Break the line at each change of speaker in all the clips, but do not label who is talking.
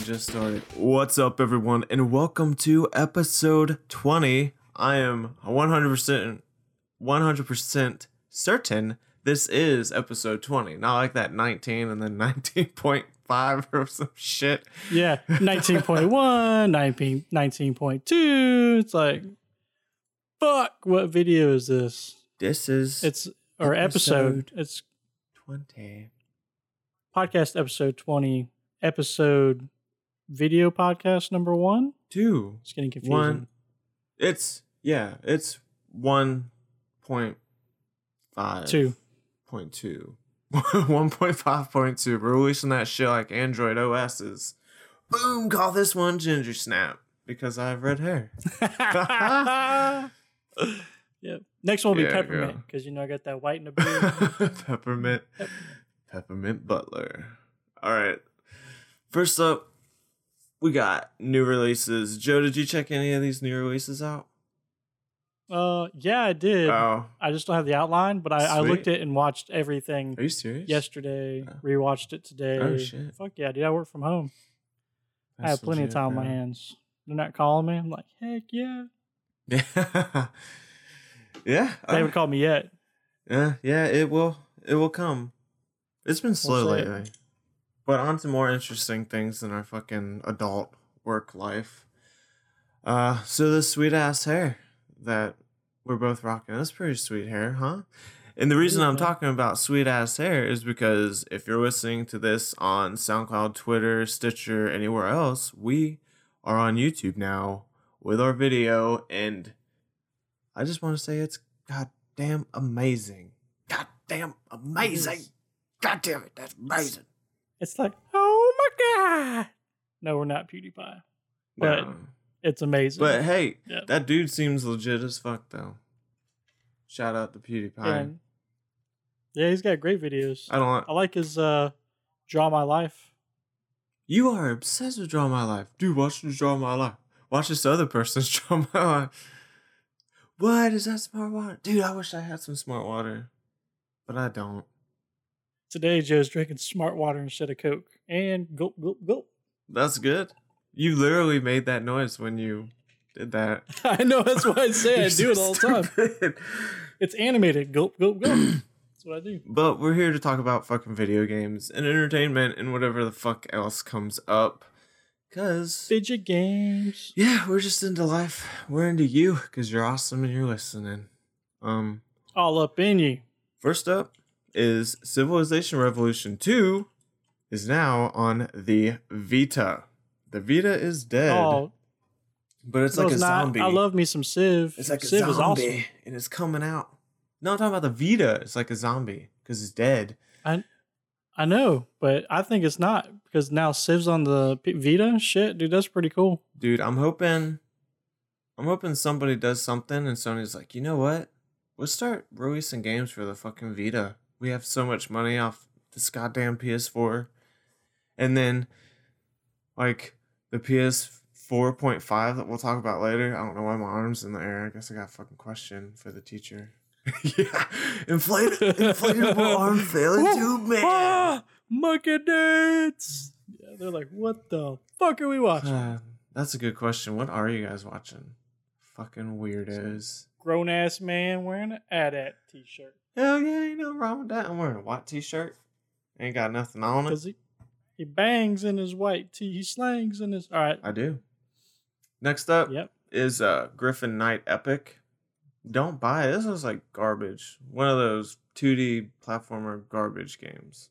just started. What's up, everyone, and welcome to episode 20. I am 100%, 100% certain this is episode 20, not like that 19 and then 19.5 or some shit.
Yeah, 19.1, 19, 19.2. It's like, fuck, what video is this?
This is
It's our
Episode.
episode. It's
20.
podcast episode 20, episode video podcast number one.
Two.
It's getting confusing.
One. It's, yeah, it's 1.5.
Two.
point two. one point five point two. We're releasing that shit like Android OS is. Boom! Call this one Ginger Snap because I have red hair.
Yep. Next one will be
Yeah,
peppermint
girl.
because, you know, I got that white in the beard.
Peppermint, Peppermint Butler. All right. First up, we got new releases. Joe, did you check any of these new releases out?
uh, yeah, I did.
Oh,
I just don't have the outline, but I, I
Sweet.
looked at and watched everything
are you serious?
yesterday,
Oh.
rewatched it today.
Oh, shit.
Fuck yeah, dude. I work from home. I
That's
have plenty of
legit,
time on my
man.
hands. They're not calling me. I'm like, heck yeah.
Yeah. yeah.
They haven't called me yet.
Yeah, yeah, it will. It will come. It's been slow
We'll see.
lately. But on to more interesting things than our fucking adult work life. Uh, so this sweet ass hair that we're both rocking. That's pretty sweet hair, huh? And the reason I'm
Yeah.
talking about sweet ass hair is because if you're listening to this on SoundCloud, Twitter, Stitcher, anywhere else, we are on YouTube now with our video, and I just want to say it's goddamn amazing. Goddamn amazing.
is.
Goddamn it, that's amazing.
It's like, oh my God. No, we're not PewDiePie. But-
No.
It's amazing.
but hey,
Yeah.
that dude seems legit as fuck though. Shout out to PewDiePie.
And- yeah, he's got great videos.
I don't.
I like his uh, Draw My Life.
You are obsessed with Draw My Life. Dude, watch this Draw My Life. Watch this other person's Draw My Life. What is that smart water? Dude, I wish I had some smart water. But I don't.
Today, Joe's drinking smart water instead of Coke. And gulp, gulp, gulp.
That's good. You literally made that noise when you did that.
I know, that's why I say I
You're
do it
so
all the time.
stupid.
It's animated. Gulp, gulp, gulp. that's what I do.
But we're here to talk about fucking video games and entertainment and whatever the fuck else comes up. Cause
Video games.
yeah, we're just into life. We're into you because you're awesome and you're listening. Um,
All up in you.
First up is Civilization Revolution 2 is now on the Vita. The Vita is dead,
Oh,
but it's
no,
like a
not.
zombie.
I love me some Civ.
it's like a
Civ
zombie,
is awesome.
and it's coming out. No, I'm talking about the Vita. It's like a zombie because it's dead.
I know, but I think it's not because now Civ's on the P- Vita. Shit, dude, that's pretty cool.
Dude, I'm hoping, I'm hoping somebody does something, and Sony's like, you know what? Let's start releasing games for the fucking Vita. We have so much money off this goddamn PS4, and then, like, the PS4.5 that we'll talk about later. I don't know why my arm's in the air. I guess I got a fucking question for the teacher. yeah, inflate, inflatable arm failure, dude, man.
Ah, monkey dance. Yeah, they're like, what the fuck are we watching?
Uh, that's a good question. What are you guys watching? Fucking weirdos.
Grown ass man wearing an ADAT t shirt
Hell yeah, ain't nothing wrong with that. I'm wearing a white t-shirt. Ain't got nothing on it.
because he he bangs in his white tee. He slangs in his. All right.
I do. Next up
Yep.
is uh Griffin Knight Epic. Don't buy it. This is like garbage. One of those 2D platformer garbage games.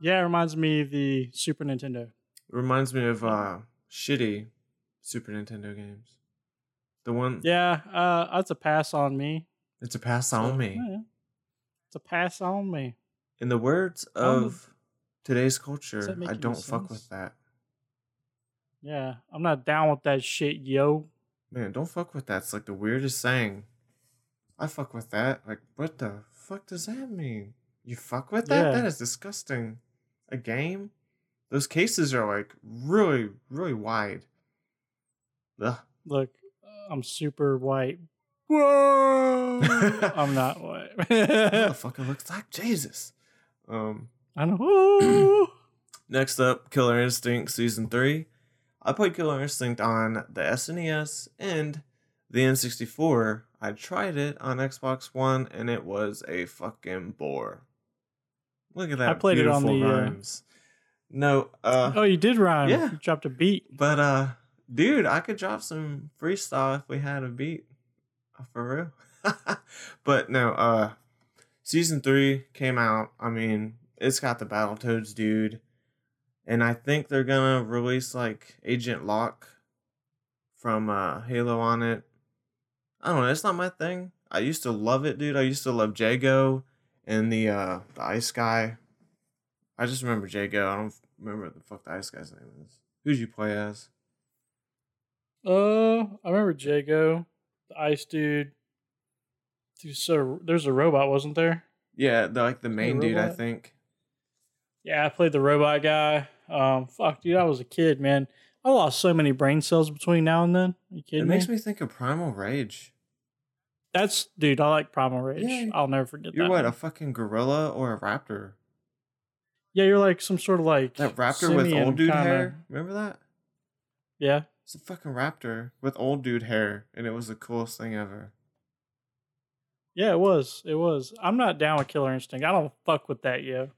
Yeah, it reminds me of the Super Nintendo.
It reminds me of uh shitty Super Nintendo games. The one
Yeah, uh, that's a pass on me.
it's a pass
So,
on me.
yeah. It's a pass on me.
In the words
Um,
of today's
does
culture,
that make
I
any
don't fuck
sense?
with that.
Yeah, I'm not down with that shit, yo.
Man, don't fuck with that. It's like the weirdest saying. I fuck with that. Like, what the fuck does that mean? You fuck with that?
Yeah.
That is disgusting. A game? Those cases are like really, really wide. Ugh.
Look, I'm super white. Whoa! I'm not white.
Motherfucker looks like Jesus. Um,
I know.
Next up, Killer Instinct Season 3. I played Killer Instinct on the SNES and the N64. I tried it on Xbox One and it was a fucking bore. Look at that.
I played it on
beautiful
the, uh,
rhymes. No, uh
oh, you did rhyme.
yeah.
You dropped a beat.
but uh dude, I could drop some freestyle if we had a beat. Uh, For real. but no, uh season three came out. I mean, it's got the Battletoads dude. And I think they're gonna release like Agent Locke from uh Halo on it. I don't know, it's not my thing. I used to love it, dude. I used to love Jago and the uh the ice guy. I just remember Jago. I don't remember what the fuck the ice guy's name is. Who'd you play as?
Uh, I remember Jago, the ice dude. Dude, so there's a robot, wasn't there?
Yeah, the, like the main dude, I
robot?
think.
Yeah, I played the robot guy. Um, fuck, dude, I was a kid, man. I lost so many brain cells between now and then. Are you
It
kidding
makes
me?
me think of Primal Rage.
That's dude. I like Primal Rage.
Yeah,
I'll never forget
You're
that.
what, a
one.
fucking gorilla or a raptor?
yeah, you're like some sort of like
That raptor with
simian
old dude
kinda-
hair? Remember that?
Yeah,
It's a fucking raptor with old dude hair, and it was the coolest thing ever.
yeah, it was. It was. I'm not down with Killer Instinct. I don't fuck with that, yo.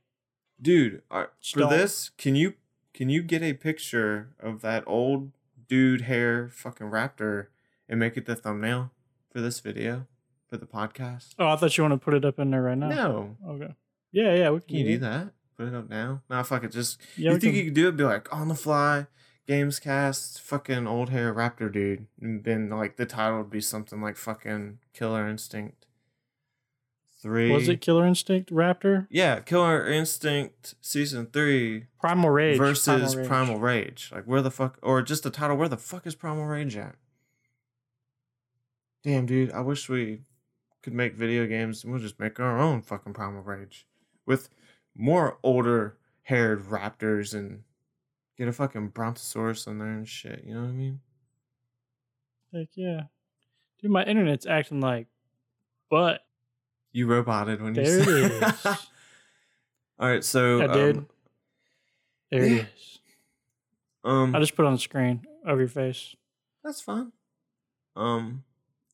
Dude, are, for
Stomp.
this, can you can you get a picture of that old dude hair fucking raptor and make it the thumbnail for this video for the podcast?
Oh, I thought you wanted to put it up in there right now.
no.
Okay. Yeah, yeah, we can,
Can you do that? Put it up now? No, fuck it. Just
Yeah,
you
we
think you
can-
could do it? Be like on the fly, games cast, fucking old hair raptor dude, and then like the title would be something like fucking Killer Instinct. Three
Was it Killer Instinct Raptor?
Yeah, Killer Instinct season three
Primal Rage
versus Primal Rage.
Rage.
Like where the fuck, or just the title? Where the fuck is Primal Rage at? Damn, dude, I wish we could make video games and we'll just make our own fucking Primal Rage with more older haired raptors and get a fucking Brontosaurus in there and shit. You know what I mean?
Heck yeah, dude, my internet's acting like, but
You roboted when
there
you
it
said.
is. yeah,
All right, so
dude,
um,
there
yeah.
it is.
um,
I just put it on the screen over your face.
That's fine. Um,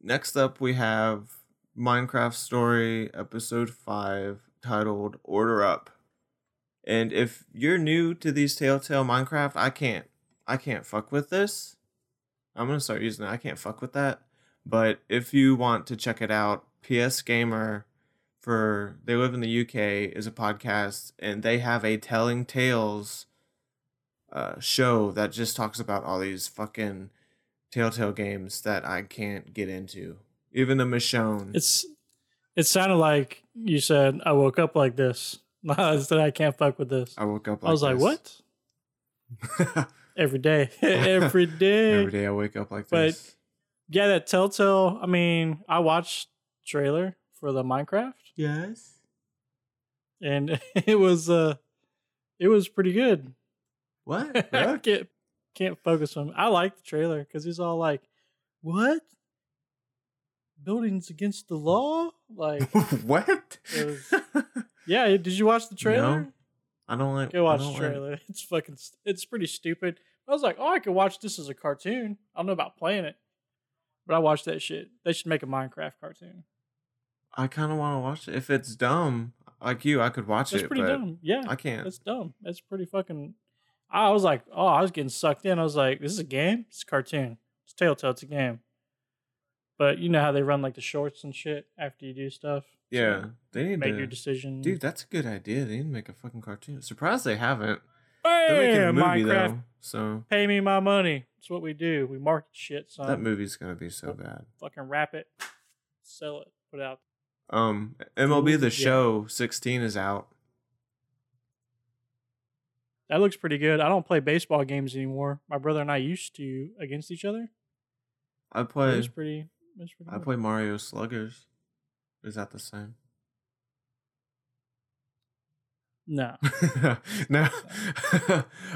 next up we have Minecraft Story Episode Five, titled "Order Up." And if you're new to these Telltale Minecraft, I can't, I can't fuck with this. I'm gonna start using it. I can't fuck with that. But if you want to check it out, PS Gamer for they live in the UK is a podcast, and they have a Telling Tales uh, show that just talks about all these fucking Telltale games that I can't get into. Even the Michonne.
It's it sounded like you said I woke up like this. I said I can't fuck with this.
I woke up. Like
I was like, what?
what?
Every day, every day.
Every day I wake up like
But-
this.
Yeah, that Telltale. I mean, I watched trailer for the Minecraft,
Yes.
and it was uh, it was pretty good.
What?
I
Really?
can't, can't focus on him. I like the trailer because he's all like, what? Buildings against the law? Like,
what?
It yeah, did you watch the trailer?
I don't like.
Go
I
watch
don't
the
like-
trailer. It's fucking, st- it's pretty stupid. I was like, oh, I could watch this as a cartoon. I don't know about playing it, but I watched that shit. They should make a Minecraft cartoon.
I kind of want to watch it. If it's dumb, like you, I could watch
That's
it.
pretty
but
dumb. Yeah.
I can't.
That's dumb. That's pretty fucking. I was like, oh, I was getting sucked in. I was like, this is a game. It's a cartoon. It's Telltale. It's a game. But you know how they run like the shorts and shit after you do stuff. So
yeah, they need
make
to.
your decision.
Dude, that's a good idea. They need to make a fucking cartoon. Surprised they haven't. They're making a
Bam!
movie
Minecraft.
though, so
Pay me my money. That's what we do. We market shit. Son.
that movie's gonna be
uh,
so bad.
Fucking wrap it, sell it, put it out.
Um, MLB the
Yeah.
Show 16 is out.
That looks pretty good. I don't play baseball games anymore. My brother and I used to against each other.
I
It
play
was pretty. It was pretty
I
good.
play Mario Sluggers. Is that the same?
No.
no,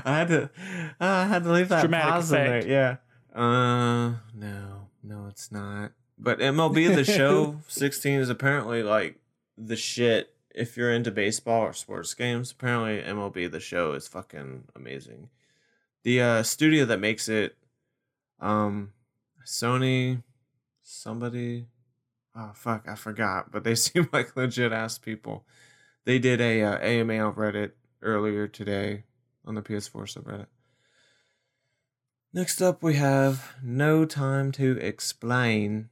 I had to uh, I had to leave that
Dramatic
pause
effect.
in there. Yeah. Uh, no, no, it's not. But MLB the Show 16 is apparently like the shit, if you're into baseball or sports games, apparently MLB the show is fucking amazing. The uh, studio that makes it, um, Sony, somebody, oh fuck, I forgot, but they seem like legit ass people. They did a uh, AMA on Reddit earlier today on the PS4 subreddit. Next up, we have No Time to Explain.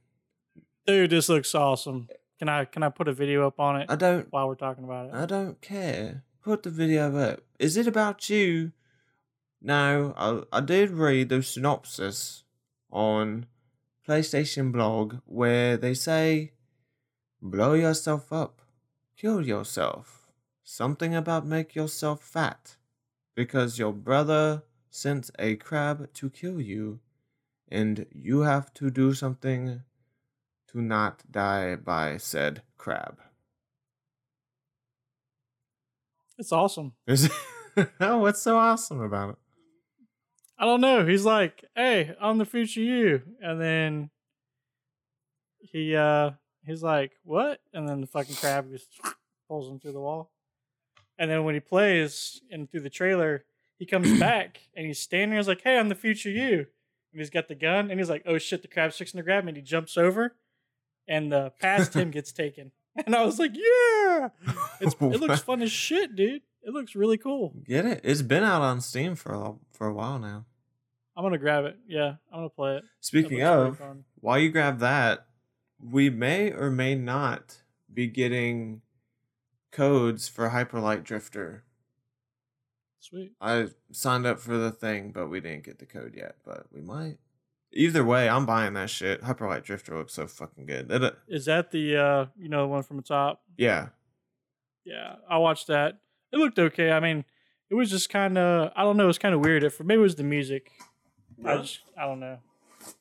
Dude, this looks awesome. Can I can I put a video up on it
I don't
while we're talking about it?
I don't care. Put the video up. Is it about you? No, I, I did read the synopsis on PlayStation blog where they say, blow yourself up, kill yourself, something about make yourself fat, because your brother sent a crab to kill you, and you have to do something to not die by said crab.
it's awesome.
Is it? oh, what's so awesome about it?
I don't know. He's like, "Hey, I'm the future you," and then he uh he's like, "What?" And then the fucking crab just pulls him through the wall. And then when he plays and through the trailer, he comes back and he's standing. there. He's like, "Hey, I'm the future you," and he's got the gun. And he's like, "Oh shit, the crab's fixing to grab me!" And he jumps over, and the past him gets taken. And I was like, "Yeah, it's, it looks fun as shit, dude. It looks really cool."
Get it? It's been out on Steam for a, for a while now.
I'm gonna grab it. Yeah, I'm gonna play it. It
Speaking
looks really
of,
fun.
while you grab that, we may or may not be getting codes for Hyperlight Drifter.
sweet.
I signed up for the thing, but we didn't get the code yet, but we might. Either way, I'm buying that shit. Hyperlight Drifter looks so fucking good. It, uh,
Is that the uh you know the one from the top?
yeah.
Yeah, I watched that. It looked okay. I mean, it was just kind of I don't know. It was kind of weird. It for me it was the music. I just I don't know.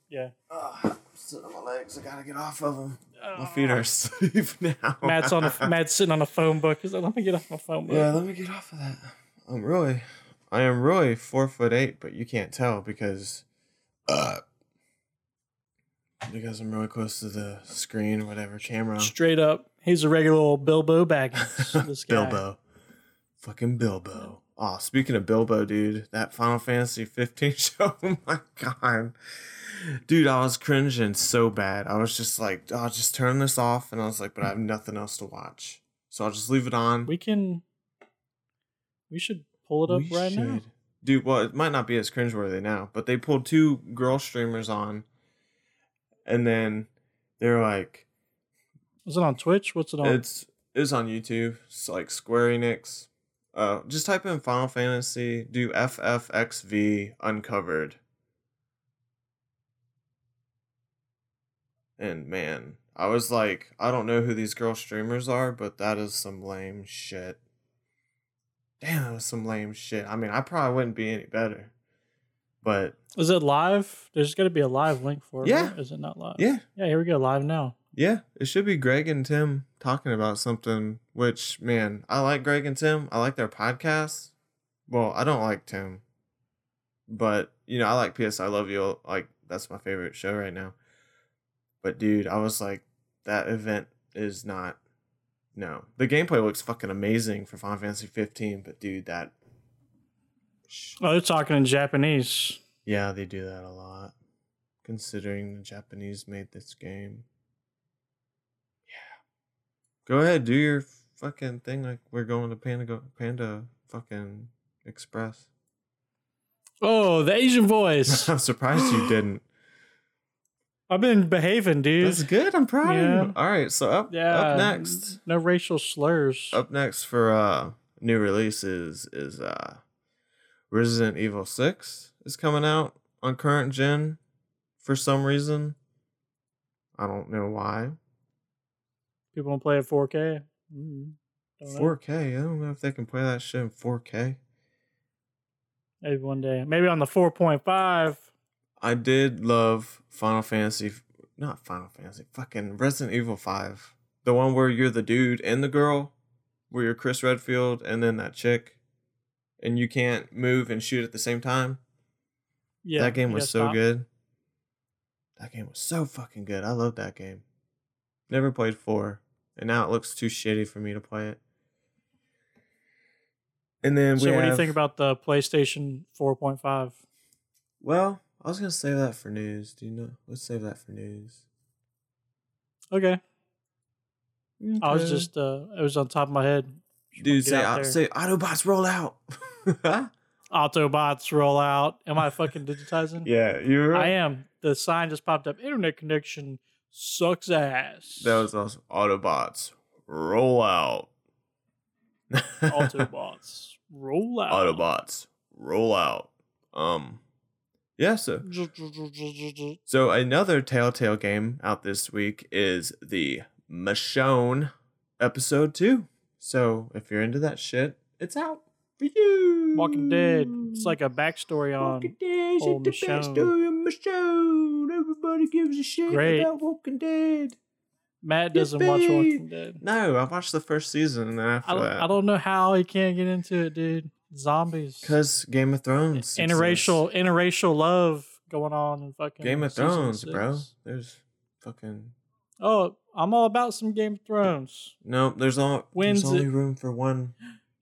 Yeah,
Ah, sitting on my legs. I gotta get off of them. My feet are asleep now.
Ah. Matt's on a Matt's sitting on a phone book. He's like, let me get off my phone book.
Yeah, let me get off of that. I'm really, I am really four foot eight, but you can't tell because, uh, because I'm really close to the screen, whatever camera.
Straight up, he's a regular old Bilbo Baggins. This guy.
Bilbo, fucking Bilbo. Oh, speaking of Bilbo, dude, that Final Fantasy 15 show. Oh my god, dude, I was cringing so bad. I was just like, I'll just turn this off, and I was like, but I have nothing else to watch, so I'll just leave it on.
We can. We should pull it up
We
right now.
should. Dude, well, it might not be as cringeworthy now, but they pulled two girl streamers on, and then they're like,
Is it on Twitch? What's it on?
it's it's on YouTube. It's like Square Enix. Uh, just type in Final Fantasy. Do FFXV Uncovered. And man, I was like, I don't know who these girl streamers are, but that is some lame shit. Damn, that was some lame shit. I mean, I probably wouldn't be any better. But
Is it live? There's got to be a live link for it.
Yeah.
right? Is it not live?
yeah,
Yeah, here we go, live now.
Yeah, it should be Greg and Tim talking about something, which, man, I like Greg and Tim. I like their podcasts. Well, I don't like Tim, but, you know, I like PS I Love You. Like, that's my favorite show right now. But, dude, I was like, that event is not. No. The gameplay looks fucking amazing for Final Fantasy 15, but, dude, that.
Oh, they're talking in Japanese.
Yeah, they do that a lot. Considering the Japanese made this game. Yeah. Go ahead, do your fucking thing like we're going to Panda Go- Panda fucking Express.
Oh, the Asian voice.
I'm surprised you didn't.
I've been behaving, dude.
That's good. I'm proud of
Yeah.
you. All right, so up
yeah.
up next.
No racial slurs.
Up next for uh new releases is uh Resident Evil 6 is coming out on current gen for some reason. I don't know why.
People don't play at 4K. Mm, don't know.
4K. I don't know if they can play that shit in 4K.
Maybe one day. Maybe on the 4.5.
I did love Final Fantasy, not Final Fantasy, fucking Resident Evil 5. The one where you're the dude and the girl, where you're Chris Redfield and then that chick, and you can't move and shoot at the same time.
Yeah.
that game
you
was
gotta
so
stop.
good. That game was so fucking good. I love that game. Never played 4, and now it looks too shitty for me to play it. And then we
so, what do you
have-
think about the PlayStation 4.5?
Well, I was gonna save that for news. Do you know? Let's save that for news.
Okay. I was
Okay.
just, uh, it was on top of my head. Just wanna
dude
get
say
out
uh,
there.
say Autobots roll out.
Autobots roll out. Am I fucking digitizing?
yeah, you're.
I am. The sign just popped up. Internet connection sucks ass.
That was awesome. Autobots roll out.
Autobots roll out.
Autobots roll out. Um, yeah. So
Autobots.
so another Telltale game out this week is the Michonne episode two. So if you're into that shit, it's out for you.
Walking Dead. It's like a backstory on.
Walking Dead is
old
the best
Michonne.
story of Michonne. Everybody gives a shit
Great.
about Walking Dead.
Matt doesn't watch
Yippee!
Walking Dead.
No, I watched the first season and then after
I don't,
that.
I don't know how he can't get into it, dude. Zombies.
Because Game of Thrones.
interracial
exists.
interracial love going on in fucking
Game of
season
Thrones, bro.
six.
There's fucking.
Oh, I'm all about some Game of Thrones.
Nope, there's, all,
When's
there's only
it-
room for one.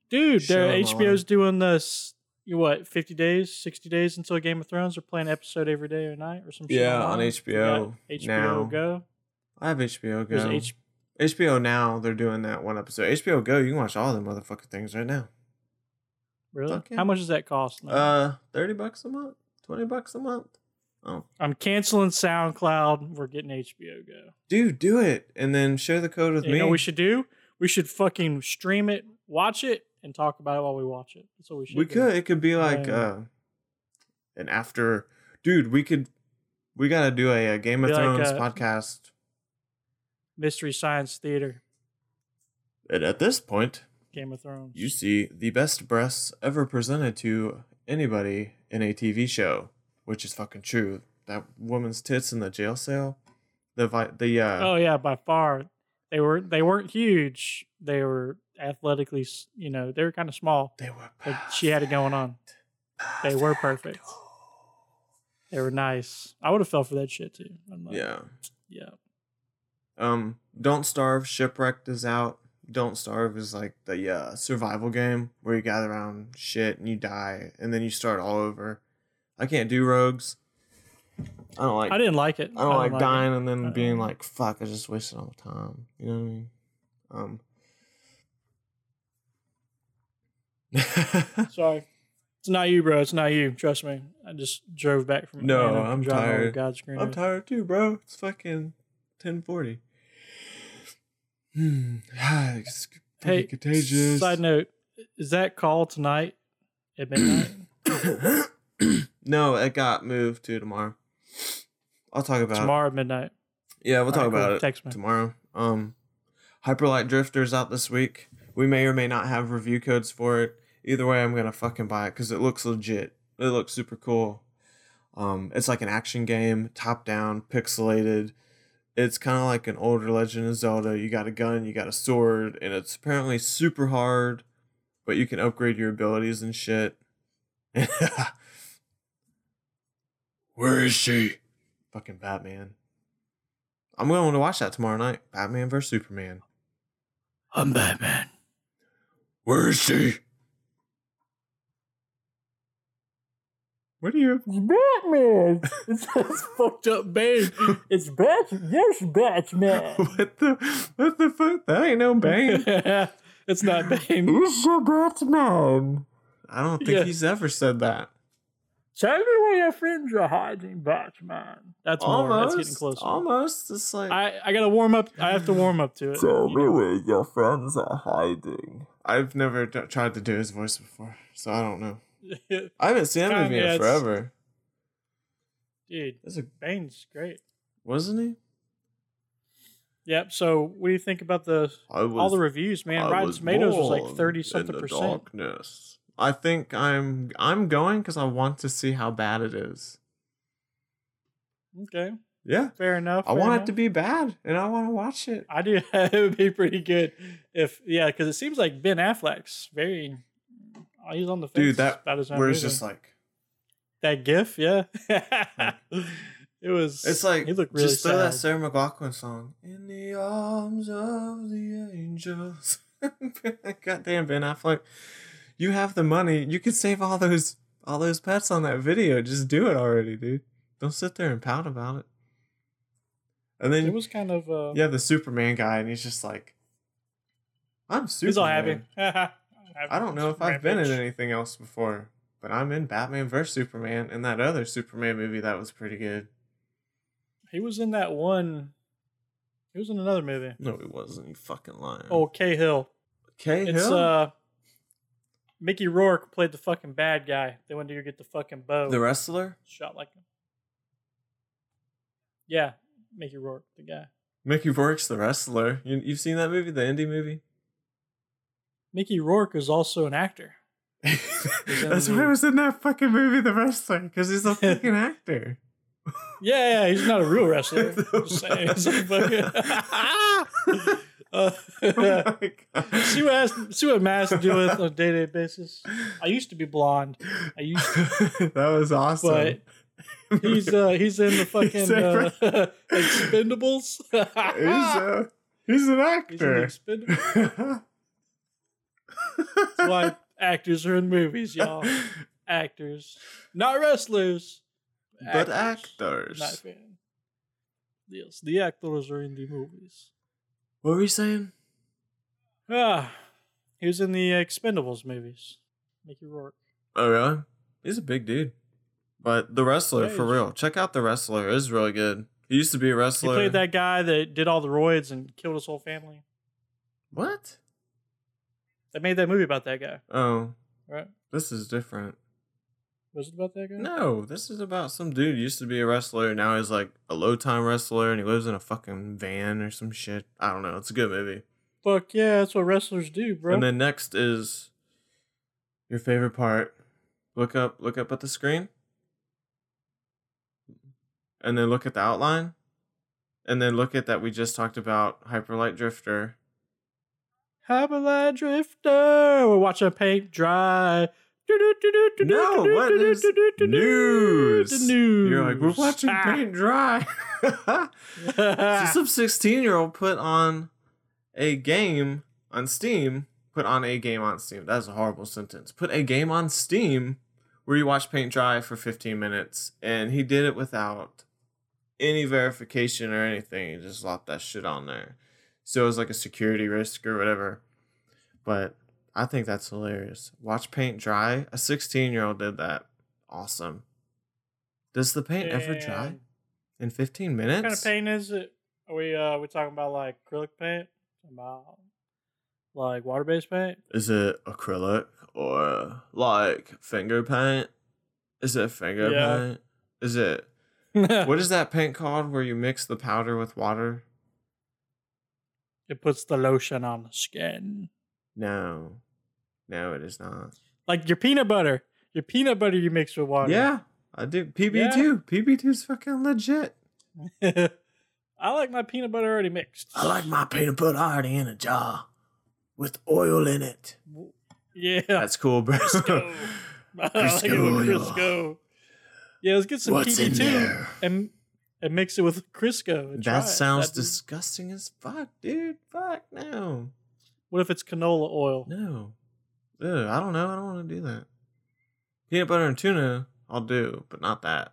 Dude,
Show
their
'em
HBO's doing this you what, 50 days, 60 days until Game of Thrones are playing episode every day or night or some shit.
Yeah,
online?
on
You got
HBO.
HBO
now.
Go.
I have HBO
There's
Go.
H-
HBO Now, they're doing that one episode. HBO Go, you can watch all the motherfucking things right now.
really?
Fuck yeah.
How much does that cost? now?
Uh, 30 bucks a month? 20 bucks a month? Oh.
I'm canceling SoundCloud. We're getting HBO Go.
Dude, do it. And then share the code with
you
me.
know what we should do? We should fucking stream it, watch it, and talk about it while we watch it. That's what we should
we
do.
could it could be like
Yeah.
uh an after dude we could we gotta do a, uh game of
Be like,
thrones
uh,
podcast
Mystery Science Theater,
and at this point
Game of Thrones.
you see the best breasts ever presented to anybody in a tv show which is fucking true that woman's tits in the jail cell the vi- the uh
oh yeah, by far they were they weren't huge. They were athletically, s- you know, they were kind of small,
they were
but she had it going on. They were perfect. They were nice. I would have fell for that shit too. I'm like,
yeah
yeah.
um don't starve shipwrecked is out don't starve is like the uh, survival game where you gather around shit and you die and then you start all over i can't do rogues i don't like
I
i,
didn't like it.
don't, like,
it.
dying and then
Uh-uh.
being like fuck i just wasted all the time you know what i mean um
Sorry. It's not you, bro. It's not you. Trust me. I just drove back from
No,
Atlanta,
I'm
driving over
tired.
God's green.
i'm
earth.
tired too bro it's fucking 1040 hmm it's
Hey,
pretty contagious
side note: Is that call tonight at midnight?
no, it got moved to tomorrow. I'll talk about
Tomorrow at midnight.
it. Yeah, we'll talk
Alright, cool.
about it
Text me.
tomorrow. Um, Hyperlight Drifter's out this week. We may or may not have review codes for it. Either way, I'm gonna fucking buy it because it looks legit. It looks super cool. Um, it's like an action game, top down, pixelated. It's kind of like an older Legend of Zelda. You got a gun, you got a sword, and it's apparently super hard, but you can upgrade your abilities and shit. Where is she? Fucking Batman. I'm going to watch that tomorrow night. Batman vs Superman.
I'm Batman.
Where is she? What are you?
Batman. It's this fucked up bang. It's Batman. Yes, Batman.
What the? What the fuck? That ain't no Bane.
it's not Bane.
Who's your Batman? I don't think
Yeah.
he's ever said that.
Tell me where your friends are hiding, Batman. That's more. That's getting closer.
Almost. It's like
I, I gotta warm up. I have to warm up to it.
where your friends are hiding. I've never t- tried to do his voice before, so I don't know. I haven't seen that
Kinda,
movie
yeah,
in
it's-
forever.
Dude,
That's a,
Bane's great.
wasn't he?
Yep. So, what do you think about the
I was,
all the reviews, man?
I
Rotten
was
Tomatoes was
born
like thirty
in
something
the
percent.
Darkness. I think I'm I'm going because I want to see how bad it is.
Okay,
Yeah,
fair enough.
I want it to be bad, and I want to watch it.
I do. it would be pretty good if yeah, because it seems like Ben Affleck's very. oh, He's on the fence
Dude, that-
about his own
Where it's
movie.
just like
that GIF, yeah. it was.
it's like
he looked really
just throw that
sad.
Sarah McLaughlin song in the arms of the angels. Goddamn Ben Affleck, You have the money. You could save all those all those pets on that video. Just do it already, dude. Don't sit there and pout about it. And then
It was kind of uh,
you have the Superman guy, and he's just like, "I'm Superman.
he's all happy.
I don't know if I've been in anything else before, but I'm in Batman vs Superman and that other Superman movie that was pretty good.
He was in that one. He was in another movie.
No, it wasn't. You fucking lying.
Oh, Cahill.
K
It's
Hill,
uh, Mickey Rourke played the fucking bad guy. They went to go get the fucking bow.
the wrestler,
shot like him. Yeah, Mickey Rourke, the guy.
Mickey Rourke's the wrestler. You, you've seen that movie, the indie movie.
Mickey Rourke is also an actor.
That's why I was in that fucking movie, The Wrestler, because he's a fucking actor.
Yeah, yeah, he's not a real wrestler. Just saying, he's a fucking- Uh,
Oh my God.
see what has, see what masks do with on a day to day basis. I used to be blonde. I used,
that was awesome.
to, he's uh, he's in the
He's
fucking
a-
uh, Expendables.
he's, a, he's an
He's in the
actor.
Expendables. That's why actors are in movies, y'all. Actors, not wrestlers,
but actors.
actors. Not a fan. Yes, the actors are in the movies.
What were you saying?
Ah, he was in the Expendables movies. Mickey Rourke.
Oh, really? He's a big dude. But the wrestler,
Yeah,
for
he's-
real, check out the wrestler. It is really good. He used to be a
He
wrestler.
played that guy that did all the roids and killed his whole family.
What?
They made that movie about that guy,
Oh,
right?
this is different.
Was it about that guy?
No, this is about some dude who used to be a wrestler. Now he's like a low time wrestler, and he lives in a fucking van or some shit. I don't know. It's a good movie.
Fuck yeah, that's what wrestlers do, bro.
And then next is your favorite part. Look up, look up at the screen, and then look at the outline, and then look at that we just talked about Hyperlight Drifter.
Hyperlight Drifter. We're watching paint dry.
No, what is news?
The news.
You're like we're watching paint dry. So
Ah.
some 16 year old put on a game on Steam. Put on a game on Steam. That's a horrible sentence. Put a game on Steam where you watch paint dry for 15 minutes. And he did it without any verification or anything. He just lopped that shit on there. So it was like a security risk or whatever. But I think that's hilarious. Watch paint dry. A 16 year old did that. Awesome. Does the paint ever dry
Damn.
in 15
What
minutes?
kind of paint is it? Are we uh we talking about like acrylic paint? About like water based paint?
Is it acrylic or like finger paint? Is it finger
Yeah.
paint? Is it what is that paint called where you mix the powder with water?
it puts the lotion on the skin.
No. No, it is not.
Like your peanut butter. Your peanut butter you mix with water.
Yeah, I do. PB2. PB2 is fucking legit.
I like my peanut butter already mixed.
my peanut butter already in a jar with oil in it.
Yeah.
That's cool, bro.
Crisco. I like it with
Crisco.
Crisco. Yeah, let's get some PD too and and mix it with Crisco. and try it.
That sounds
That'd be-
disgusting as fuck, dude. Fuck no.
What if it's canola oil?
No. Ew, I don't know. I don't want to do that. Peanut butter and tuna, I'll do, but not that.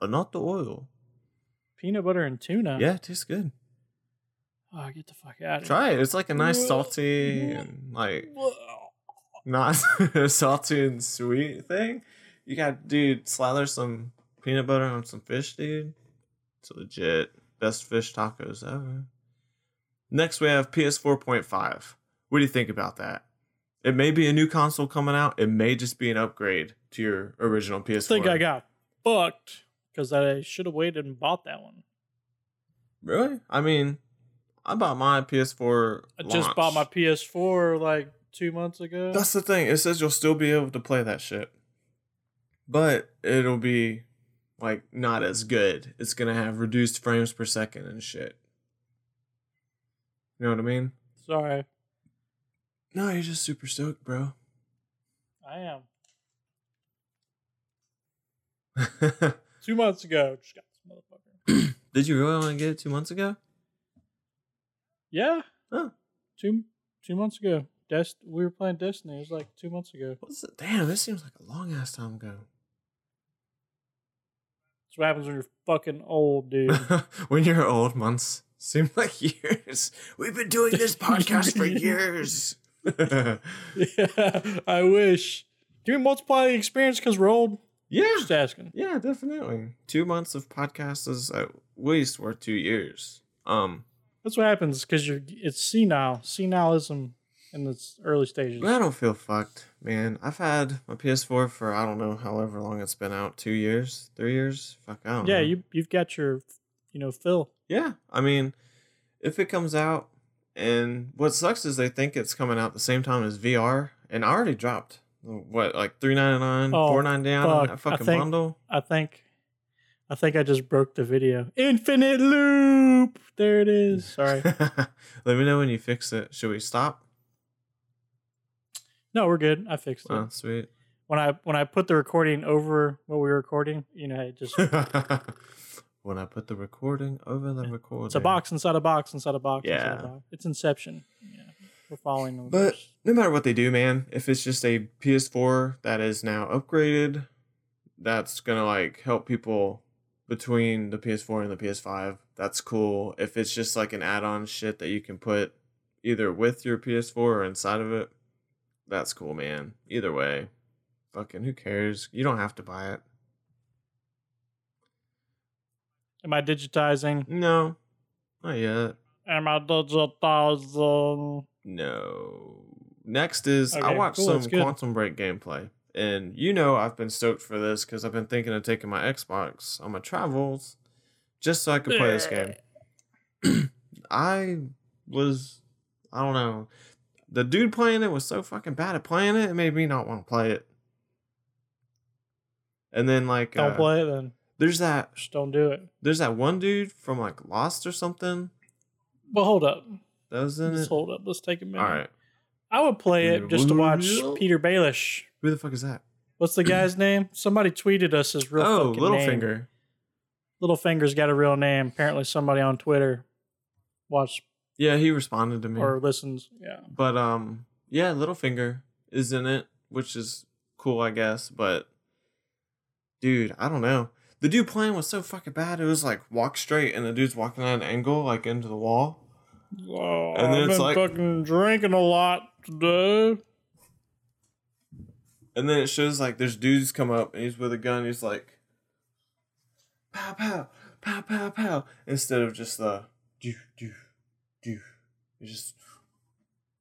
But not the oil.
Peanut butter and tuna.
Yeah, it tastes good.
Oh, get the fuck out of
Try it. It's like a nice
Whoa.
salty
Whoa.
and like
here.
not salty and sweet thing. You got, dude, slather some peanut butter on some fish, dude. It's legit. Best fish tacos ever. Next, we have PS4.5. What do you think about that? It may be a new console coming out. It may just be an upgrade to your original PS4.
I think I got fucked because I should have waited and bought that one.
Really? I mean, I bought my PS4.
I just
launch.
bought my PS4 like two months ago.
That's the thing. It says you'll still be able to play that shit, but it'll be like not as good. It's gonna have reduced frames per second and shit. You know what I mean?
Sorry,
No, you're just super stoked, bro.
I am.
Did
Two months ago, just got this motherfucker.
you really want to get it two months ago?
Yeah,
Huh.
two two months ago. Dest- we were playing Destiny. It was like two months ago.
What's the, damn, this seems like a long ass time ago.
That's what happens when you're fucking old, dude.
when you're old, months seem like years. We've been doing this podcast for years.
yeah, I wish. Do we multiply the experience because we're old?
yeah.
Just asking.
Yeah, definitely. Two months of podcasts is at least worth two years. Um,
That's what happens because you're it's senile, senilism in its early stages.
but I don't feel fucked, man. I've had my PS4 for I don't know however long it's been out two years, three years. Fuck, I don't
yeah,
know.
you you've got your, you know, fill.
Yeah, I mean, if it comes out, and what sucks is they think it's coming out the same time as VR, and I already dropped what like three ninety nine,
Oh,
four ninety nine on
fuck, I
that fucking
think-
bundle.
I think, I think I just broke the video. Infinite loop. There it is. Sorry.
Let me know when you fix it. Should we stop?
no, we're good. I fixed it.
Oh, sweet.
When I when I put the recording over what we were recording, you know, it just
when I put the recording over the recording.
it's a box inside a box inside a box. Inside
Yeah.
a box. It's Inception. Yeah. We're following them.
But no matter what they do, man, if it's just a PS4 that is now upgraded, that's gonna like help people between the PS4 and the PS5. That's cool. If it's just like an add-on shit that you can put either with your PS4 or inside of it, that's cool, man. Either way, fucking who cares? You don't have to buy it.
am I digitizing?
No, not yet.
Am I digitizing?
No. Next is I
Okay,
watched
cool, that's
some
good.
Quantum Break gameplay, and you know I've been stoked for this because I've been thinking of taking my Xbox on my travels just so I could play this game. I was, I don't know, the dude playing it was so fucking bad at playing it, it made me not want to play it. And then like,
Don't
uh,
play it then.
there's that
Just don't do it.
there's that one dude from like Lost or something
But hold up.
that was in
Let's
it.
hold up. Let's take a minute.
All right,
I would play it just to watch
Real?
Peter Baelish.
who the fuck is that?
What's the guy's name? Somebody tweeted us his real
oh,
fucking name.
Littlefinger.
Littlefinger's got a real name. Apparently, somebody on Twitter watched
Yeah, he responded to me.
or listens. Yeah.
but um, yeah, Littlefinger is in it, which is cool, I guess. But dude, I don't know. The dude playing was so fucking bad. It was like walk straight, and the dude's walking at an angle, like into the wall.
Oh,
And then
I've
it's
been
like-
fucking drinking a lot today.
And then it shows like there's dudes come up, and he's with a gun. He's like, pow pow pow pow pow, instead of just the do do do. It's just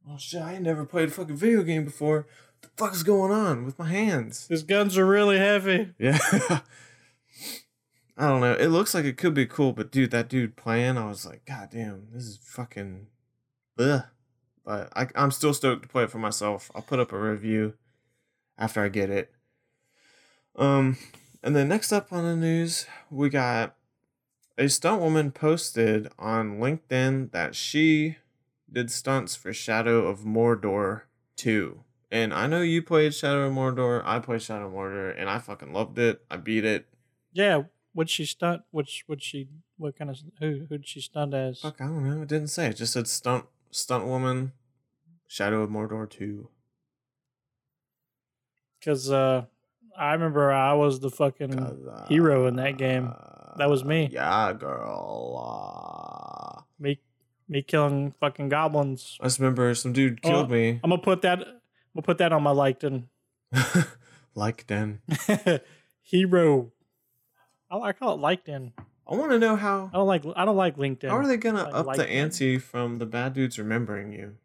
oh shit! I ain't never played a fucking video game before. What the fuck is going on with my hands?
His guns are really heavy.
Yeah. I don't know. It looks like it could be cool, but dude, that dude playing, I was like, God damn, this is fucking. Ugh. But I, I'm still stoked to play it for myself. I'll put up a review after I get it. Um, and then next up on the news, we got a stunt woman posted on LinkedIn that she did stunts for Shadow of Mordor 2. And I know you played Shadow of Mordor. I played Shadow of Mordor, and I fucking loved it. I beat it.
Yeah. Would she stunt? Which would she? What kind of who? Who'd she stunt as?
Fuck, I don't know. It didn't say. It just said stunt stunt woman, Shadow of Mordor two.
Because uh, I remember I was the fucking. Mm, Hero in that game. That was me.
Yeah, girl.
me me killing fucking goblins.
I just remember some dude killed
Oh.
me.
I'm gonna put that I'm gonna put that on my liked and
like then.
hero. I, I call it liked in.
I want to know
I
how
don't like I don't like LinkedIn.
how are they gonna
Oh, Like,
up
like
the
then.
ante from the bad dudes remembering you?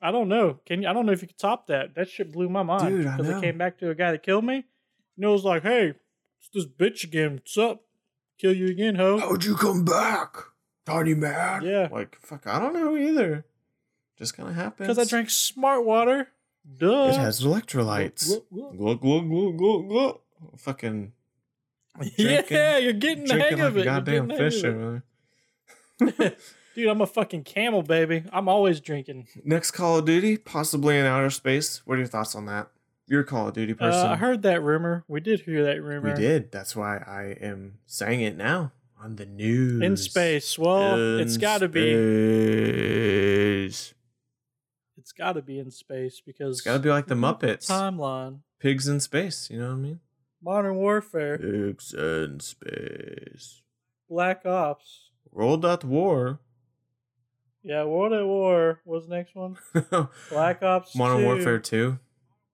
I don't know. Can you, I don't know if you can top that. That shit blew my mind.
Dude, I
Because
know.
it came back to a guy that killed me. And it was like, hey, it's this bitch again. What's up? Kill you again, ho.
How'd you come back, Tiny Man?
Oh. Yeah.
Like fuck, I don't know either. Just kind of happens.
Because I drank smart water. Duh.
It has electrolytes.
Whoop, whoop,
Glug glug glug glug glug. Fucking
whoop.
Drinking-
yeah, you're getting the hang
drinking like
of
a
it. You're
goddamn
getting the hang
fish
of it.
over there.
Dude, I'm a fucking camel, baby. I'm always drinking.
Next Call of Duty, possibly in outer space. What are your thoughts on that? You're a Call of Duty person.
Uh, I heard that rumor. We did hear that rumor.
we did. That's why I am saying it now on the news.
In space. Well, it's got to be.
be.
it's got to be in space because
It's got to be like the Muppets.
timeline,
Pigs in space, you know what I mean?
modern warfare,
Pigs in space.
black ops.
World at War.
Yeah, World at War was the next one.
Black
Black Ops,
Modern
2,
Warfare 2.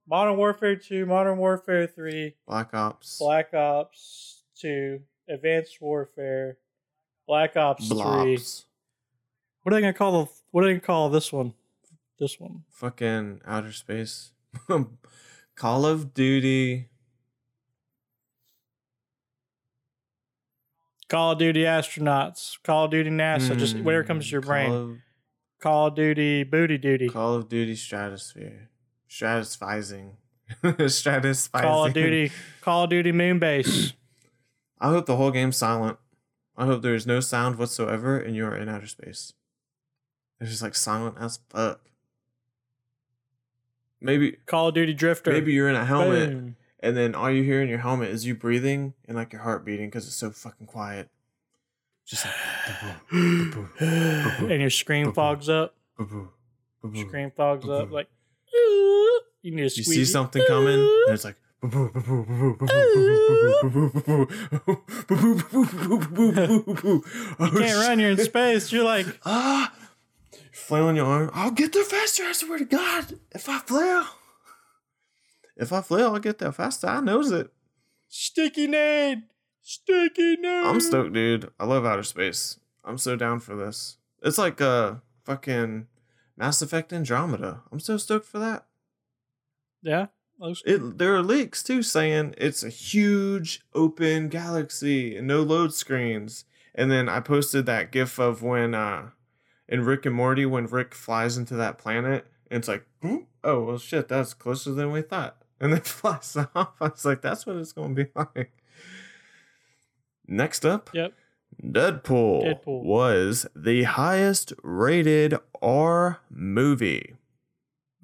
Modern Warfare Two, Modern Warfare Three,
Black Ops.
Black Ops Two, Advanced Warfare, Black Ops Three.
Blops.
What are they gonna call the? What are they gonna call this one? This one.
Fucking outer space. Call of Duty.
Call of Duty astronauts, Call of Duty NASA, just
Hmm,
whatever comes to your
Call
brain.
of-
Call of Duty booty duty. Call,
Call of Duty Stratosphere. Stratisphizing. Stratisphizing.
of Duty. Call of Duty moon base.
I hope the whole game's silent. I hope there is no sound whatsoever and you are in outer space. It's just like silent as fuck. Maybe
Call of Duty drifter.
maybe you're in a helmet
Boom.
and then all you hear in your helmet is you breathing and like your heart beating because it's so fucking quiet. Just like
and your screen fogs up. Screen fogs up. Like you need to
you
squeeze.
see
it.
something coming, and it's like.
You can't run. You're in space. You're like
Oh, Ah! Flailing your arm. I'll get there faster, I swear to God. If I flail. If I flail, I'll get there faster. I knows it.
sticky nade, sticky nade.
I'm stoked, dude. I love outer space. I'm so down for this. It's like uh fucking Mass Effect Andromeda. I'm so stoked for that.
Yeah. Looks
It there are leaks too saying it's a huge open galaxy and no load screens. And then I posted that gif of when uh in Rick and Morty when Rick flies into that planet and it's like "Boop. oh well shit that's closer than we thought and then flies off. I was like that's what it's gonna be like. Next up,
Yep.
Deadpool,
Deadpool.
was the highest rated R movie.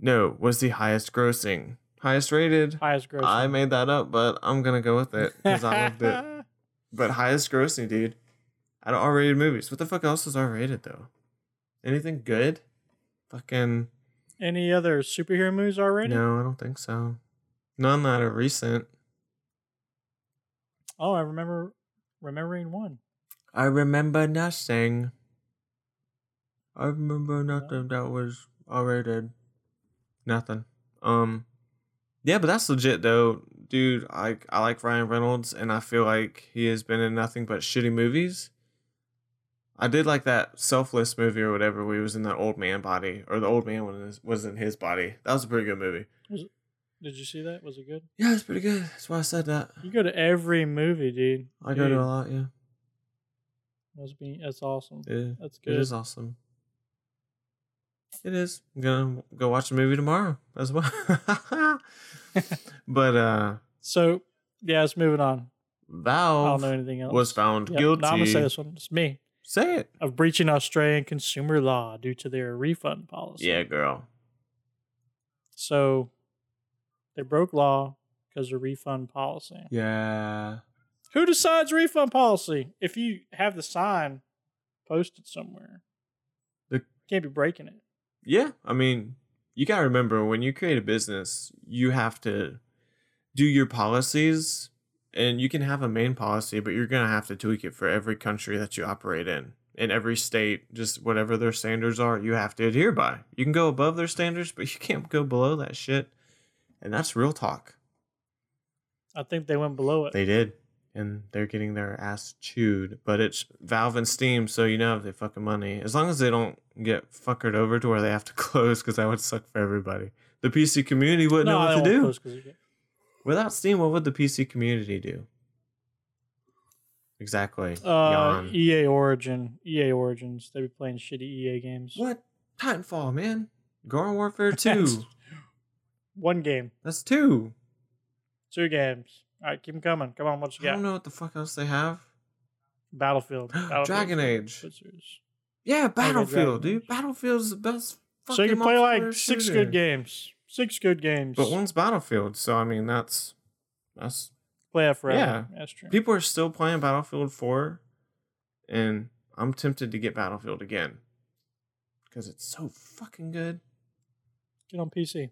No, was the highest grossing. Highest rated.
highest gross.
I made that up, but I'm gonna go with it because I loved it. But highest grossing, dude. Out of R-rated movies. What the fuck else is R-rated though? Anything good? Fucking
Any other superhero movies already?
no, I don't think so. None that are recent.
Oh, I remember remembering one.
I remember nothing. I remember nothing that was R-rated. Nothing. Um, yeah, but that's legit though, dude. I I like Ryan Reynolds, and I feel like he has been in nothing but shitty movies. I did like that Selfless movie or whatever. Where he was in that old man body, or the old man was in his- was in his body. That was a pretty good movie.
Did you see that? Was it good?
Yeah, it's pretty good. That's why I said that.
You go to every movie, dude.
I go to a lot. Yeah,
Must be that's awesome.
yeah.
That's
It
good.
is awesome. It is. I'm gonna go watch a movie tomorrow as well. but uh
So yeah, it's moving on. I don't know
Valve
anything else.
was found
Yep,
guilty.
No, I'm gonna say this one. It's me
Say it.
of breaching Australian consumer law due to their refund policy.
Yeah, girl.
So they broke law because of refund policy.
Yeah.
Who decides refund policy? If you have the sign posted somewhere,
The-
can't be breaking it.
Yeah. I mean, you gotta remember when you create a business, you have to do your policies and you can have a main policy, but you're gonna have to tweak it for every country that you operate in. In every state, just whatever their standards are, you have to adhere by. You can go above their standards, but you can't go below that shit. And that's real talk.
I think they went below it.
They did. And they're getting their ass chewed. But it's Valve and Steam, so you know if they fucking money. As long as they don't get fuckered over to where they have to close, because that would suck for everybody. The PC community wouldn't
no,
know
they
what to do.
won't post 'cause it-
Without Steam, what would the PC community do? Exactly.
Uh,
Yawn.
EA Origin, EA Origins. They be playing shitty EA games.
What? Titanfall, man. Garden Warfare 2.
That's- One game,
That's two.
two games. All right, keep them coming. Come on, what you
I don't
got?
know what the fuck else they have.
Battlefield, Battlefield.
Dragon Age.
Blizzards.
Yeah,
Dragon
Battlefield, dude.
Age.
Battlefield's the best fucking
So you can play like
multiplayer
six
shooter.
good games. Six good games.
But one's Battlefield, so I mean that's that's
play it forever.
Yeah.
That's true.
people are still playing Battlefield 4 and I'm tempted to get Battlefield again cuz it's so fucking good.
Get on PC.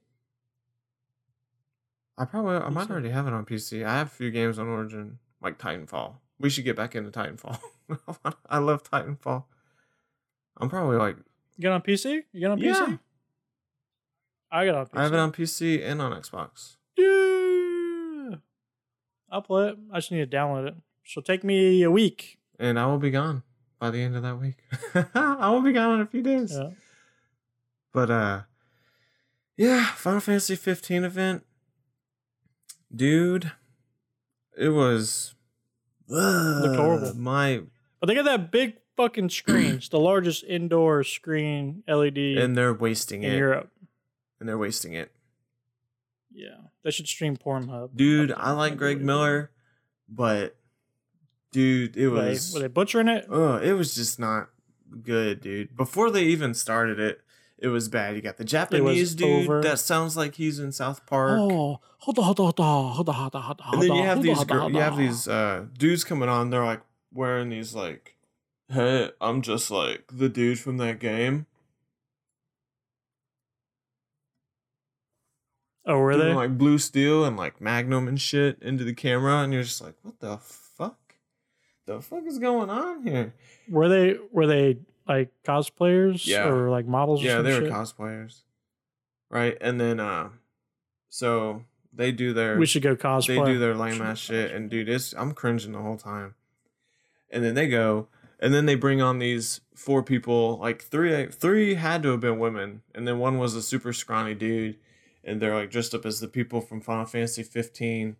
I probably I might
PC.
already have it on PC. I have a few games on Origin, like Titanfall. We should get back into Titanfall. I love Titanfall. I'm probably like
You get on PC? You get on
Yeah.
PC? I got on PC.
I have it on PC and on Xbox.
Yeah. I'll play it. I just need to download it. She'll take me a week.
And I will be gone by the end of that week. I will be gone in a few days.
Yeah.
But uh yeah, Final Fantasy 15 event. Dude, it was Ugh,
horrible.
My
But they got that big fucking screen. it's the largest indoor screen LED
and they're wasting
in
it.
Europe.
And they're wasting it.
Yeah. They should stream Pornhub.
Dude, I like Greg
Were
Miller, but dude, it
they- Were they,
was
butchering it?
Oh, it was just not good, dude. Before they even started it, it was bad. You got the Japanese dude
over.
that sounds like he's in South Park.
Oh, hold on, hold on, hold on, hold on, hold on, hold on.
and then you have
hold on,
these
hold
gir-
on, hold
you have
on.
these uh, dudes coming on. They're like wearing these like, hey, I'm just like the dude from that game.
Oh, were
Doing,
they?
like blue steel and like Magnum and shit into the camera, and you're just like, what the fuck? The fuck is going on here?
Were they? Were they like cosplayers
Yeah.
or like models? or
Yeah,
some
they were
shit?
cosplayers, right? And then uh, so they do their
We should go cosplay.
they do their lame
Should
ass
go
shit and dude it's i'm cringing the whole time and then they go and then they bring on these four people like three three had to have been women and then one was a super scrawny dude and they're like dressed up as the people from final fantasy 15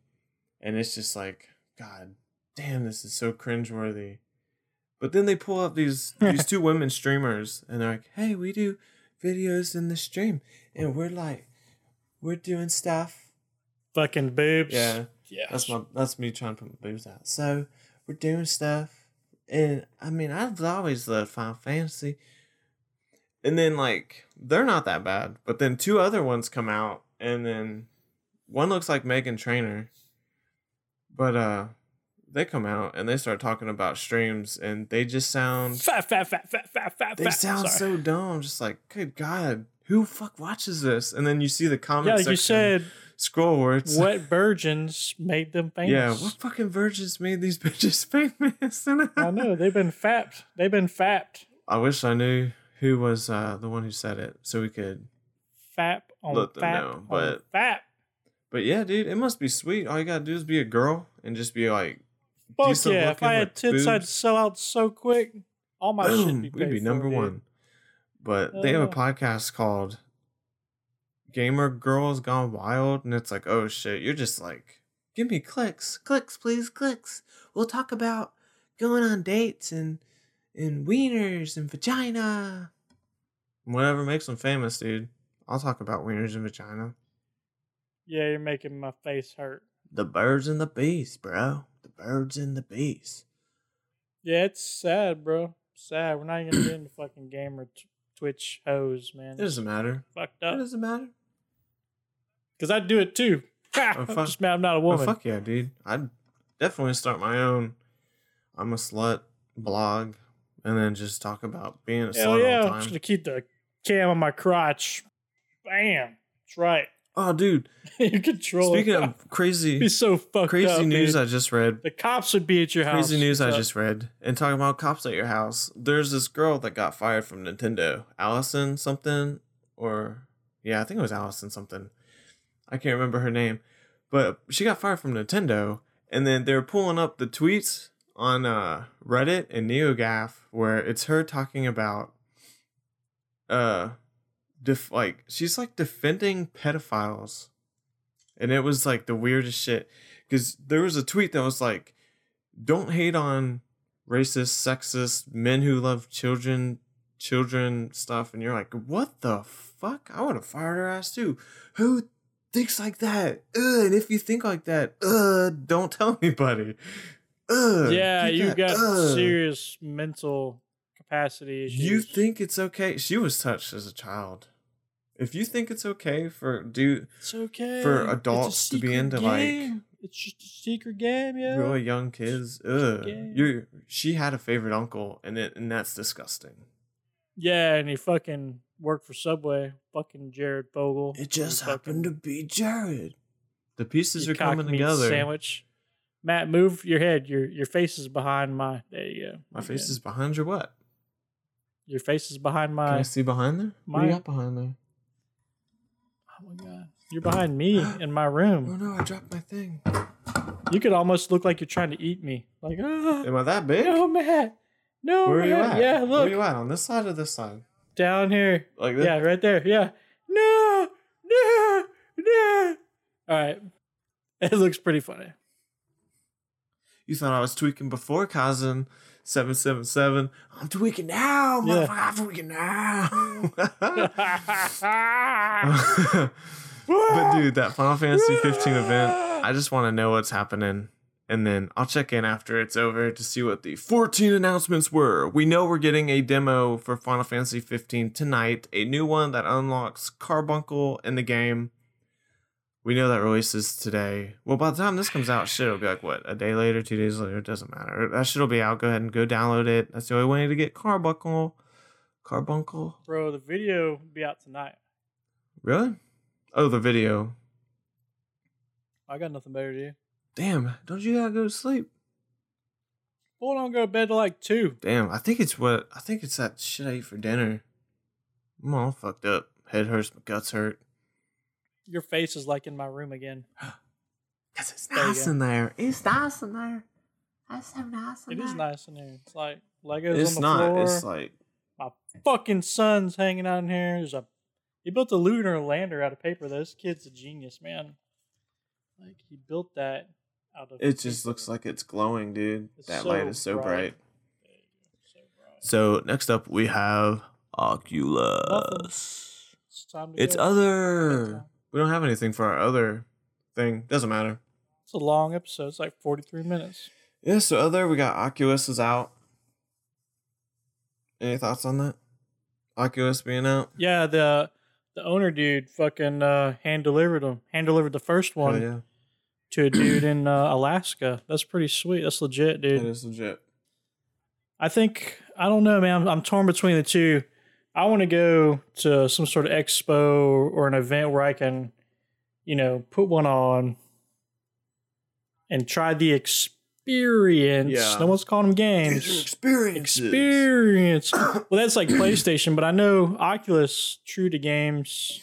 and it's just like god damn this is so cringeworthy but then they pull up these these two women streamers and they're like hey we do videos in the stream and we're like we're doing stuff
Fucking boobs.
yeah
yeah.
that's my that's me trying to put my boobs out. So we're doing stuff, and I mean I've always loved Final Fantasy. And then like they're not that bad, but then two other ones come out, and then one looks like Megan Trainer, but uh, they come out and they start talking about streams, and they just sound
fat, fat, fat, fat, fat, fat.
they
fat.
sound
Sorry.
so dumb. Just like good God, who fuck watches this? And then you see the comment
Yeah,
section
you said
scroll where it's
wet virgins made them famous.
yeah, what fucking virgins made these bitches famous?
I know they've been fapped. They've been fapped.
I wish I knew who was uh, the one who said it, so we could.
Fap on
Let them
fap
know,
on
but-
fap.
But yeah, dude, it must be sweet. All you gotta do is be a girl and just be like,
Fuck
decent
yeah! If
looking
I had
with
tits, I'd
boobs.
sell out so quick. All my shit
boom,
be
we'd
paid
be
for,
number
dude.
one. But they have
Hell
a
yeah.
podcast called "Gamer Girls Gone Wild," and it's like, oh shit, you're just like, give me clicks, clicks, please, clicks. We'll talk about going on dates and and wieners and vagina. Whatever makes them famous, dude. I'll talk about wieners and vagina.
Yeah, you're making my face hurt.
The birds and the bees, bro. The birds and the bees.
Yeah, it's sad, bro. Sad. We're not even gonna get into fucking game or t- Twitch hoes, man.
It doesn't matter.
fucked
It
up.
doesn't matter.
Because I do it too.
Oh,
I'm
fuck.
just mad I'm not a
Oh,
woman.
fuck yeah, dude. I'd definitely start my own I'm a slut blog and then just talk about being a
Hell
slut
yeah!
all
I'm
the
just
time.
gonna keep the cam on my crotch. Bam. That's right.
Oh, dude.
you control.
Speaking
it.
of
be
crazy,
so fucked
crazy
up.
news
dude.
I just read.
the cops would be at your house.
Crazy news I
So-
just read. And talking about cops at your house, there's this girl that got fired from Nintendo. Allison something or yeah, I think it was Allison something. I can't remember her name. But she got fired from Nintendo and then they're pulling up the tweets on uh Reddit and NeoGAF where it's her talking about uh def- like she's like defending pedophiles. And it was like the weirdest shit cuz there was a tweet that was like don't hate on racist, sexist, men who love children, children stuff, and you're like, what the fuck? I would have fired her ass too. Who thinks like that? Ugh, and if you think like that, ugh, don't tell anybody. Ugh,
Yeah,
keep
you
that,
got
ugh.
serious mental capacity issues.
You think it's okay? She was touched as a child. If you think it's okay for dude,
it's okay
for
It's a
adults to be
secret
into, like-
game. It's just a secret game, yeah.
really young kids, ugh,
Yeah.
you she had a favorite uncle, and it and that's disgusting.
Yeah, and he fucking worked for Subway. Fucking Jared Fogle.
It just
He fucking-
happened to be Jared. The pieces
your
are coming
cock meat
together.
Sandwich. Matt, move your head. Your your face is behind my. There you go.
My
You're
face
good.
is behind your what?
Your face is behind
Can I
my.
see behind there? what do
my-
you got behind there?
Oh my god! You're behind me in my room.
Oh no, I dropped my thing.
You could almost look like you're trying to eat me. Like ah,
Am I that big?
no, Matt. No,
Where are you
Matt.
at?
Yeah,
Where are you
look
at? On this side or this side?
down here.
Like this?
Yeah, right there. Yeah. No, no, no. All right. It looks pretty funny.
You thought I was tweaking before, cousin. Seven seven seven. I'm tweaking now,
Yeah.
motherfucker. I'm tweaking now. but dude, that Final Fantasy 15 event, I just want to know what's happening, and then I'll check in after it's over to see what the 14 announcements were. We know we're getting a demo for Final Fantasy 15 tonight, a new one that unlocks Carbuncle in the game. We know that releases today. Well, by the time this comes out, shit, it'll be like what a day later, two days later. It doesn't matter. That shit'll be out. Go ahead and go download it. That's the only way to get Carbuncle. Carbuncle,
Bro, the video will be out tonight.
really? Oh, the video.
I got nothing better to do.
Damn, don't you gotta go to sleep?
Well, I don't go to bed till like two.
Damn, I think it's what I think it's that shit I eat for dinner. I'm all fucked up. Head hurts, my guts hurt.
Your face is like in my room again.
Cause it's
There you
nice
go.
in there. It's nice in there. That's so nice in
It
there.
is nice in here. It's like Legos
It's
on the
not.
floor.
It's like
my fucking son's hanging out in here. There's a he built a lunar lander out of paper. though. This kid's a genius, man. Like he built that out of.
it just
paper.
looks like it's glowing, dude.
It's
that
so
light is so bright.
bright. So, right.
So next up we have Oculus.
it's time to
It's
go.
other. We don't have anything for our other thing. Doesn't matter.
It's a long episode. It's like forty three minutes.
Yeah, so other we got Oculus is out. Any thoughts on that? Oculus being out?
Yeah, the the owner dude fucking uh, hand delivered them. Hand delivered the first
Hell
one
yeah.
to a dude in uh, Alaska. That's pretty sweet. That's legit, dude.
It is legit.
I think I don't know, man. I'm, I'm torn between the two. I want to go to some sort of expo or an event where I can, you know, put one on and try the experience.
Yeah.
No one's calling them games.
Experience.
Experience. well, that's like PlayStation, but I know Oculus true to games,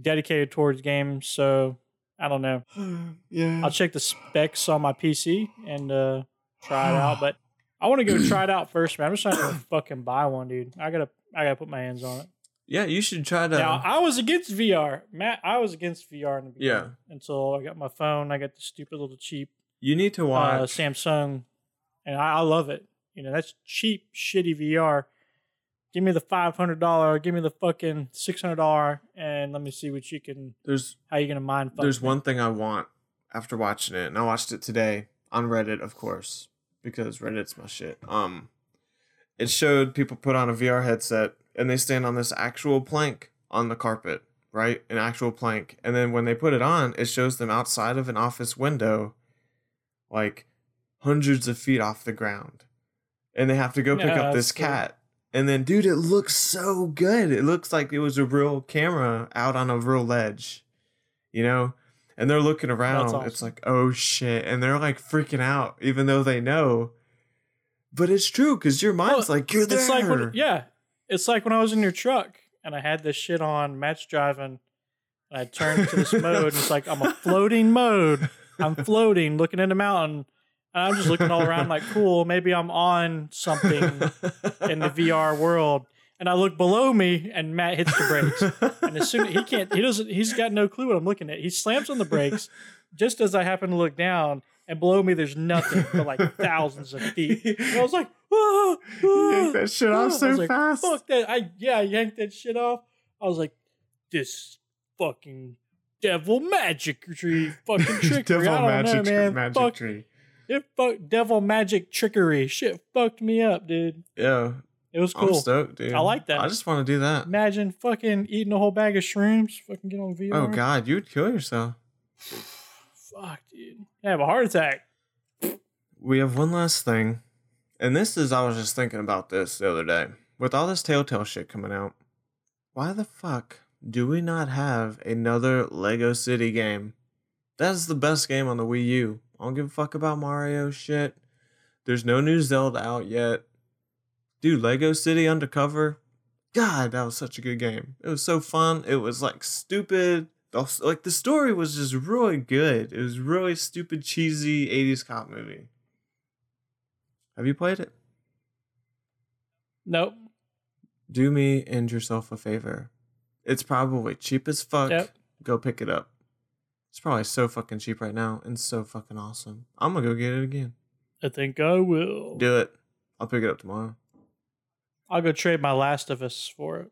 dedicated towards games. So I don't know.
yeah.
I'll check the specs on my PC and uh, try it out. But I want to go try it out first, man. I'm just not gonna fucking buy one, dude. I gotta, I gotta put my hands on it.
Yeah, you should try to.
Now I was against VR, Matt. I was against VR in the beginning
Yeah.
until I got my phone. I got the stupid little cheap
you need to watch.
uh, Samsung, and I, I love it. You know, that's cheap, shitty VR. Give me the five hundred dollar. Give me the fucking six hundred dollar, and let me see what you can.
there's
How you gonna mind? fuck
there's
me.
one thing I want after watching it, and I watched it today on Reddit, of course, because Reddit's my shit. Um, it showed people put on a VR headset and they stand on this actual plank on the carpet, right? An actual plank, and then when they put it on, it shows them outside of an office window, like hundreds of feet off the ground, and they have to go pick
Yeah,
up
that's
this
cool.
cat. And then, dude, it looks so good. It looks like it was a real camera out on a real ledge, you know? And they're looking around. It's
awesome.
like, oh shit. And they're like freaking out, even though they know. But it's true because your mind's like, you're there.
It's like when, yeah, it's like when I was in your truck and I had this shit on match driving, and I turned to this mode. And it's like I'm a floating mode. I'm floating, looking at a mountain, and I'm just looking all around like, cool, maybe I'm on something in the VR world. And I look below me, and Matt hits the brakes. And as soon he can't, he doesn't. He's got no clue what I'm looking at. He slams on the brakes, just as I happen to look down, and below me there's nothing but like thousands of feet. And I was like, "Ah, whoa,
Yank
whoa.
that shit
Oh, I
off
was
so
like,
fast.
Fuck that! I yeah, I yanked that shit off. I was like, this fucking devil magic tree, fucking trickery.
Devil
I don't know,
magic, tr-
man.
magic
Fuck,
tree.
it fuck devil magic trickery. Shit fucked me up, dude.
Yeah,
It was
I'm
cool.
stoked, dude.
I like that.
I just want to do that.
Imagine fucking eating a whole bag of shrooms. Fucking get on VR.
Oh god, you would kill yourself.
Fuck, dude. I have a heart attack.
We have one last thing, and this is I was just thinking about this the other day. with all this Telltale shit coming out, why the fuck do we not have another Lego City game? That's the best game on the Wii U. I don't give a fuck about Mario shit. There's no new Zelda out yet. Dude, Lego City Undercover. God, that was such a good game. It was so fun. It was like stupid. Also, Like the story was just really good. It was really stupid, cheesy 80s cop movie. Have you played it?
Nope.
Do me and yourself a favor. It's probably cheap as fuck.
Yep.
Go pick it up. It's probably so fucking cheap right now and so fucking awesome. I'm gonna go get it again.
I think I will.
Do it. I'll pick it up tomorrow.
I'll go trade my Last of Us for it.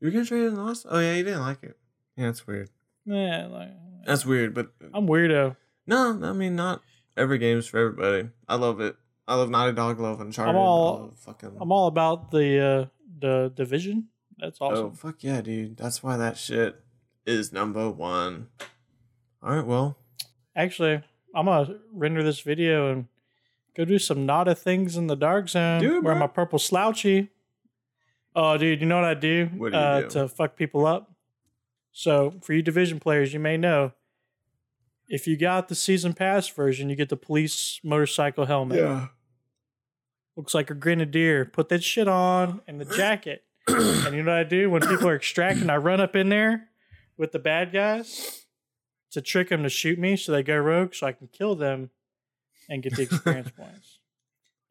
You're gonna trade it in the last? Oh yeah, you didn't like it. Yeah, that's weird.
Yeah, like
That's weird, but
I'm weirdo.
no, I mean not every game's for everybody. I love it. I love Naughty Dog, love Uncharted. i
all-
love fucking.
I'm all about the uh, the division. That's
Oh
awesome.
fuck yeah, dude! That's why that shit is number one. All right, well,
Actually, I'm gonna render this video and go do some Nada things in the dark zone.
Do it,
wear
bro.
my purple slouchy. Oh, dude, you know what I do,
What do you
uh,
do?
to fuck people up? So, for you division players, you may know if you got the season pass version, you get the police motorcycle helmet. Looks like a grenadier. Put that shit on and the jacket. And you know what I do when people are extracting? I run up in there with the bad guys to trick them to shoot me so they go rogue so I can kill them and get the experience points.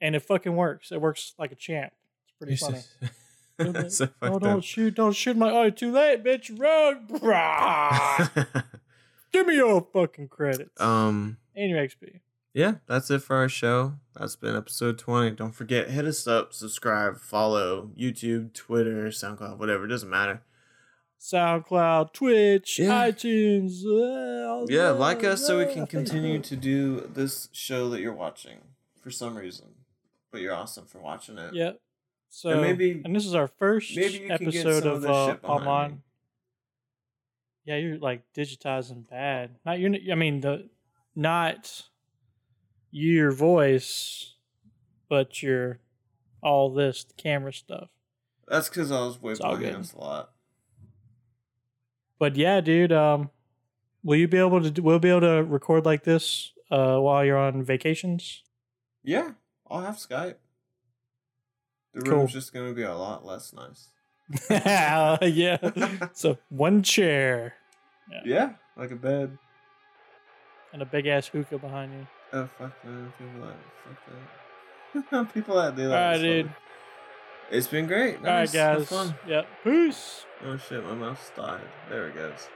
And it fucking works. It works like a champ. It's pretty
It's
funny.
just- That's so fucked
Oh,
up.
don't shoot, don't shoot my. Oh, too late, bitch. Rogue. Brah. Give me your fucking credits.
um
and your XP.
yeah that's it for our show that's been episode 20 don't forget hit us up subscribe follow youtube twitter soundcloud whatever it doesn't matter
SoundCloud, Twitch,
Yeah.
iTunes. uh, all
yeah
that,
like us so we can
uh,
continue
Facebook.
to do this show that you're watching for some reason but you're awesome for watching it
Yeah. So
And maybe-
maybe and this is our first
maybe you can get
episode
some of
of,
this
uh,
shit behind
online.
me.
Yeah, you're like digitizing bad. Not your. I mean the, not your voice, but your all this camera stuff.
that's because i was way
It's all
behind
good.
us a lot
But yeah, dude. Um, will you be able to? do- We'll be able to record like this uh while you're on vacations.
yeah i'll have skype the
Cool.
room's just gonna be a lot less nice
yeah. So one chair
yeah like a bed
and a big ass hookah behind you.
Oh fuck man, people that fuck that. people that do that.
All right,
is funny.
dude.
It's been great.
All right,
Nice. Have
guys.
fun.
Yep. Peace.
Oh shit, my mouse died. There it goes.